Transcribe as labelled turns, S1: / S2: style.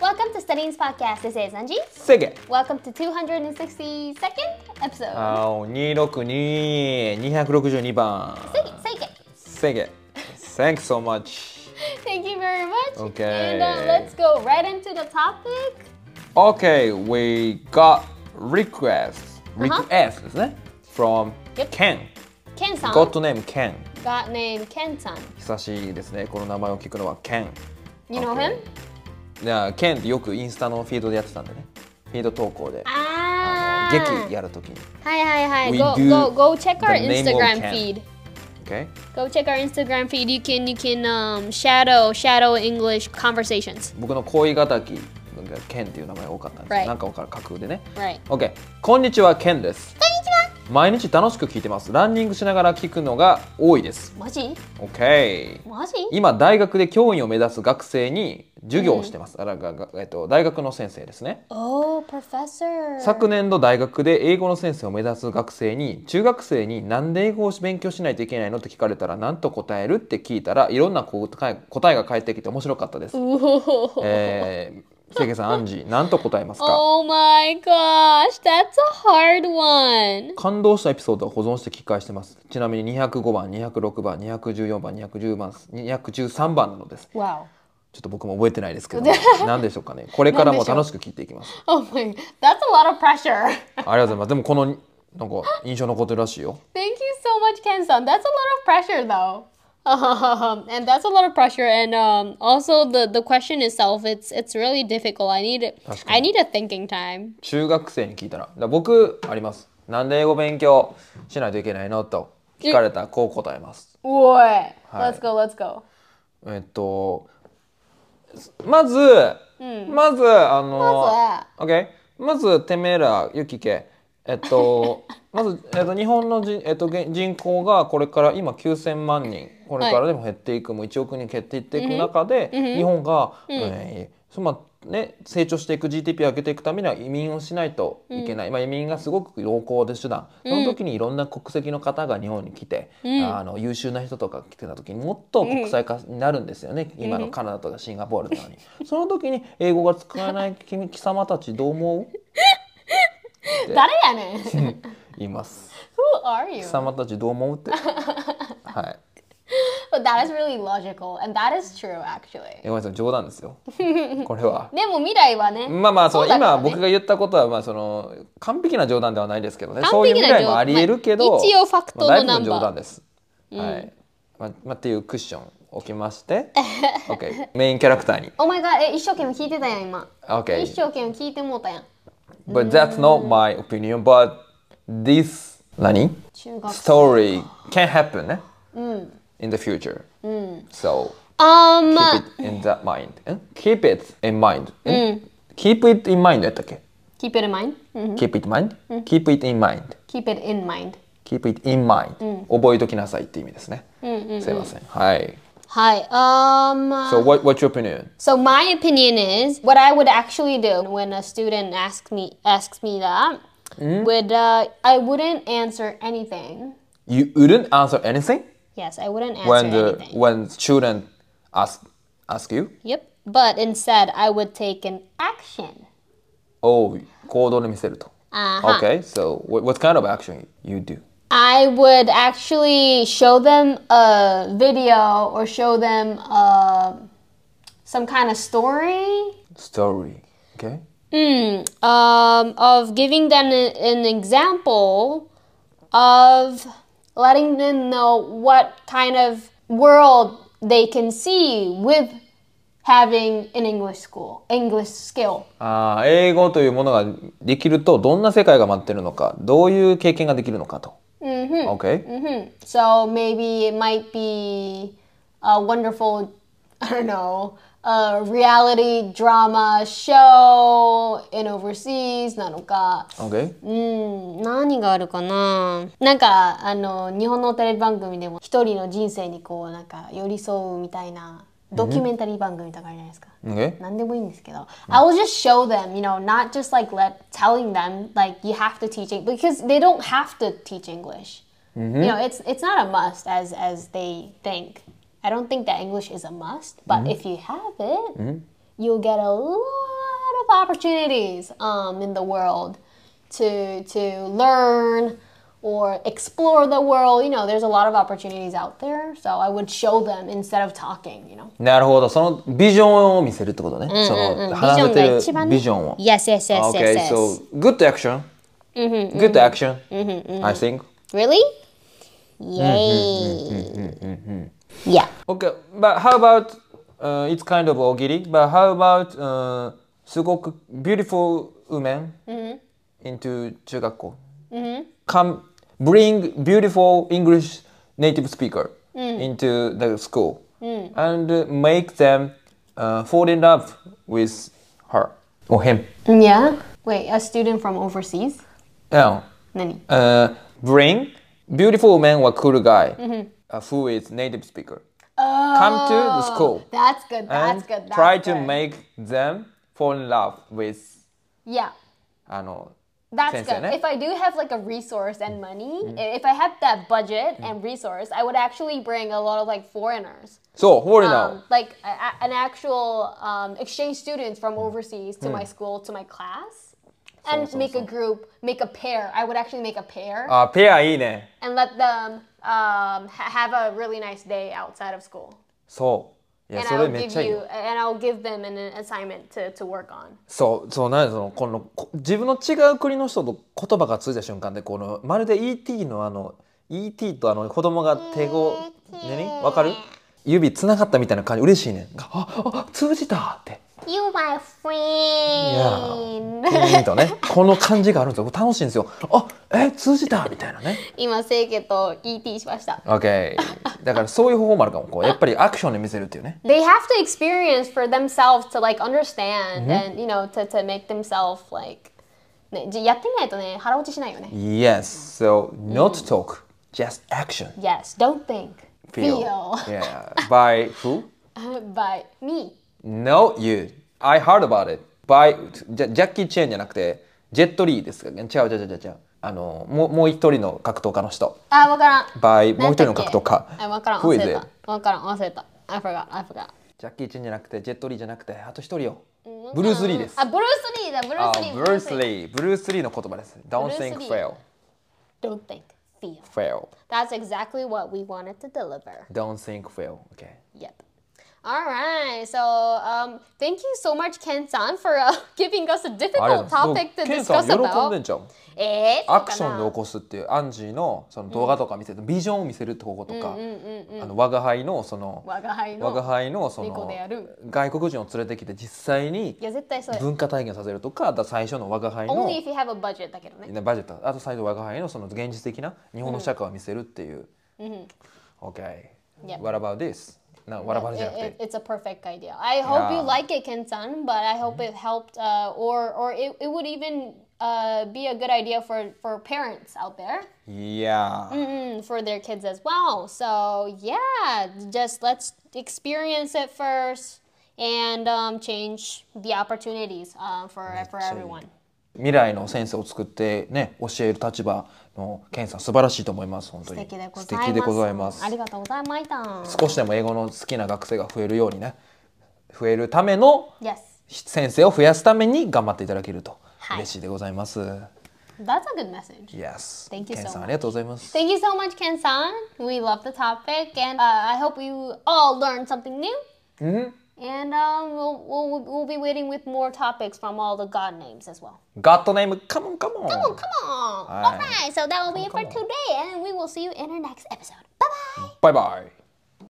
S1: Welcome to Studying's podcast. This is Anji.
S2: せげ
S1: Welcome to 262nd episode.
S2: 青262262番
S1: Take it, take it.
S2: せげ Thanks so much
S1: Thank you very much.
S2: Okay.
S1: And uh, let's go right into the topic.
S2: Okay we got request request ですね from
S1: Yep.
S2: Ken
S1: Ken san.
S2: God name Ken
S1: Got name Ken san.
S2: 久しいですねこの名前を聞くのは Ken
S1: You know
S2: Okay.
S1: him?
S2: いや Ken ってよくインスタのフィードでやってたんでねフィード投稿で
S1: あ
S2: あの劇やるときに
S1: Ah. Hi, hi, hi.
S2: Uh-huh. We
S1: Go,
S2: do
S1: go, go check our
S2: the name of
S1: Instagram
S2: Ken.
S1: feed.
S2: Okay
S1: Go check our Instagram feed. You can, you can um, shadow, shadow English conversations.
S2: 僕の恋敵が Ken っていう名前が多かったんです
S1: Right.
S2: よなんかわから架空でね
S1: Right.
S2: OK こんにちは Ken です毎日楽しく聞いてますランニングしながら聞くのが多いです
S1: マジ
S2: OK
S1: マジ
S2: 今大学で教員を目指す学生に授業をしてます、あらががえっと、大学の先生ですね
S1: Oh, professor.
S2: 昨年度大学で英語の先生を目指す学生に中学生になんで英語を勉強しないといけないのって聞かれたら何と答えるって聞いたらいろんな答え答えが返ってきて面白かったです
S1: Ooh.
S2: えー、せいけさんアンジー何と答えますか
S1: Oh my gosh, that's a hard one.
S2: 感動したエピソードを保存して聞き返してますちなみに205番206番214番210番213番なのです
S1: Wow.
S2: ちょっと僕も覚えてないですけ ど何でしょうかねこれからも楽しく聞いていきます
S1: Oh my, that's a lot of pressure.
S2: ありがとうございますでもこのなんか印象残ってるらしいよ
S1: Thank you so much, Kenson. That's a lot of pressure, though. Um, and that's a lot of pressure. And um, also the the question itself, it's it's really difficult. I need I need a thinking time.
S2: 中学生に聞いたらだから僕ありますなんで英語勉強しないといけないのと聞かれたらこう答えます
S1: What?
S2: Hi.
S1: Let's go. Let's go.
S2: えっとまず、まずあの
S1: ま
S2: オッケーまずてめえらゆきけえっ とまず、えっと、日本のじ、えっと、げ人口がこれから今9,000万人これからでも減っていく、もう1億人減っていっていく中で、日本が、えーそまあね、成長していく GDP を上げていくためには移民をしないといけない、まあ、移民がすごく良好で手段その時にいろんな国籍の方が日本に来て、あの優秀な人とか来てた時にもっと国際化になるんですよね、今のカナダとかシンガポールとかに、 その時に英語が使えない君貴様たちどう思う
S1: 誰やねん？
S2: 言います。
S1: Who are you?
S2: 貴様たちどう思う って。はい。
S1: But that is really logical, and that is true, actually.
S2: えごめんなさい冗談ですよ。これは。
S1: でも未来はね。
S2: まあまあその
S1: そうだから
S2: 今
S1: ね
S2: 僕が言ったことはまあその完璧な冗談ではないですけどねそういう未来もありえるけど、
S1: まあ一応ファクトの
S2: まあ大
S1: ナンバー
S2: 部分冗談です、はい、まあまあ、っていうクッション置きまして OK メインキャラクターに
S1: Oh my god, え、一生懸命聞いてたやん、今。一
S2: OK
S1: 生懸命聞いてもうたやん。
S2: but that's not my opinion but this 何
S1: 中学生。
S2: story can happen ね、in the future、so
S1: Um,
S2: keep it in that mind ん keep it in mind、keep it in mind やったっけ、
S1: keep it in mind. Mhm.
S2: keep it in mind、keep it in mind
S1: Keep it in mind.
S2: keep it in mind、覚えときなさいって意味ですね、すいませんはい、
S1: Hi. Um,
S2: So what, what's your opinion?
S1: so my opinion is what I would actually do when a student asks me asks me that would uh, I wouldn't answer anything.
S2: You wouldn't answer anything
S1: Yes, I wouldn't answer
S2: when the
S1: anything.
S2: when student ask ask you
S1: Yep. But instead, I would take an action.
S2: oh 行動で見せると、
S1: Uh-huh.
S2: Okay so what, what kind of action you do?
S1: I would actually show them a video or show them uh, some kind of story
S2: Story okay
S1: mm, um, of giving them a- an example of letting them know what kind of world they can see with having an English school, English skill.
S2: あー英語というものができるとどんな世界が待ってるのかどういう経験ができるのかと、Okay
S1: hmm So maybe it might be a wonderful, I don't know, a reality drama show in overseas なのか。
S2: okay
S1: うん、何があるかななんかあの日本のテレビ番組でも一人の人生にこうなんか寄り添うみたいなドキュメンタリー番組とかあるじゃないですか。
S2: okay
S1: なんでもいいんですけど。I will just show them, you know, not just like let telling them like you have to teach it because they don't have to teach English.
S2: Mm-hmm.
S1: You know, it's it's not a must as as they think.
S2: Mm-hmm.
S1: I don't think that English is a must, but if you have it, you'll get a lot opportunities um, in the world to to learn or explore the world. You know, there's a lot of opportunities out there. So I would show them instead of talking. You know.
S2: なるほどそのビジョンを見せるってことね、その話せ
S1: ビジョ
S2: てる
S1: ンが一番ね
S2: ビジョンを
S1: Yes, yes, yes,
S2: Okay,
S1: yes, yes.
S2: so good action. Good action. I think.
S1: Really? Mm-hmm, Yay. mm-hmm, Yeah.
S2: Okay, but how about uh, it's kind of ogiri, but how about uh, すごく beautiful women into 中学校 Come bring beautiful English native speaker into the school and make them uh, fall in love with her or him.
S1: Yeah. Wait, a student from overseas?
S2: Yeah.
S1: Nani?
S2: uh, bring beautiful man or cool guy uh, who is native speaker come to the school
S1: Oh, That's good. That's
S2: and
S1: good. That's
S2: try to
S1: good.
S2: make them fall in love with
S1: Yeah.
S2: あの
S1: That's
S2: Sensei,
S1: good.
S2: ne?
S1: If I do have like a resource and money,
S2: Mm-hmm.
S1: i- if I had that budget and resource, I would actually bring a lot of like foreigners,
S2: そうフォーリナー
S1: um, like a, a- an actual um, exchange students from
S2: Mm-hmm.
S1: overseas to
S2: Mm.
S1: my school to my class, and
S2: so,
S1: make
S2: so.
S1: a group, make a pair. I would actually make a pair
S2: あペアいいね
S1: and let them um, ha- have a really nice day outside of school.
S2: そういや
S1: And
S2: それ
S1: I'll
S2: めっ
S1: give
S2: ちゃいい
S1: you,
S2: よ
S1: and I'll give them an assignment to, to work on.
S2: そうそうなんでそのこのこ自分の違う国の人と言葉が通じた瞬間でこのまるで E.T. のあの E.T. とあの子供が手を何わかる指つながったみたいな感じ嬉しいねああ通じたって。
S1: You my friend.
S2: ピーンとね、この感じがあるんですよ。楽しいんですよ。あ、え、通じたみたいなね。
S1: 今清家と ET しました
S2: OK。だからそういう方法もあるかも。こうやっぱりアクションで見せるっていうね。
S1: They have to experience for themselves to like understand、and you know to, to make themselves like ねじやってみないとね腹落ちしないよね
S2: Yes. So not talk, just action.
S1: Yes don't think
S2: Yeah. By who?
S1: by me
S2: No, you. I heard about it. By ジャジャッキー・チェーンじゃなくてジェットリーですかね。違う違う違う違う。あのもうもう一人の格闘家の人。
S1: あ分からん
S2: By も
S1: 何
S2: う一人
S1: だっ
S2: の
S1: け
S2: 格闘家。
S1: あ分からん
S2: Who
S1: 忘
S2: is
S1: れ
S2: it?
S1: た分からん忘れた I forgot I forgot
S2: ジャッキー・チェーンじゃなくてジェットリーじゃなくてあと一人よ。ブルース・リーです。
S1: あブルース・リーだブル
S2: あ
S1: ース・リー
S2: ブルース・リー、ブルース・リーの言葉です。Don't
S1: ブルースリ
S2: think
S1: ー
S2: fail,
S1: Don't think feel
S2: fail.
S1: That's exactly what we wanted to deliver
S2: Don't think fail. Okay.
S1: Yep. All right. So, um, thank you so much, Ken-san, for uh, giving us a
S2: あれ
S1: difficult topic to
S2: ケンさ
S1: discuss
S2: ん喜んで
S1: about.
S2: んじゃん。
S1: えー、
S2: アクションで
S1: そう
S2: 起こすっていうアンジーのその動画とか見せる、ビジョンを見せるってことか、あの我が輩のその
S1: 我が輩の
S2: 我が輩のそ
S1: 猫
S2: の
S1: でやる
S2: 外国人を連れてきて実際に
S1: いや絶対それ
S2: 文化体験させるとか、あと最初の我が輩
S1: Only
S2: の
S1: if you have a budget だけどね。
S2: バジェット、あと最初の我が輩のその現実的な日本の社会を見せるっていう。Okay.
S1: Yep.
S2: What about this? な、what about it じゃなく
S1: It-
S2: て
S1: it-。it's a perfect idea. I hope you
S2: Yeah.
S1: like it, Ken-san, but I hope it helped uh, or, or it, it would even uh, be a good idea for, for parents out there.
S2: Yeah.
S1: Mm, for their kids as well. So yeah, just let's experience it first and um, change the opportunities uh, for for everyone.
S2: 未来の先生を作ってね教える立場のケンさん素晴らしいと思います本当に素敵でございます
S1: ありがとうございました。
S2: 少しでも英語の好きな学生が増えるようにね増えるための
S1: Yes,
S2: 先生を増やすために頑張っていただけると
S1: はい
S2: 嬉しいでございます、
S1: that's a good message.
S2: Yes
S1: Thank you
S2: ケンさ
S1: so
S2: んありがとうございます
S1: Thank you so much, Ken-san. We love the topic, and uh, I hope you all learned something new.
S2: Mm-hmm.
S1: And um, we'll, we'll, we'll be waiting with more topics from all the god names as well.
S2: God name come on come on
S1: Oh, come on.
S2: All right.
S1: All right. So that will be it for
S2: Come on.
S1: today, and we will see you in our next episode. Bye bye.
S2: bye bye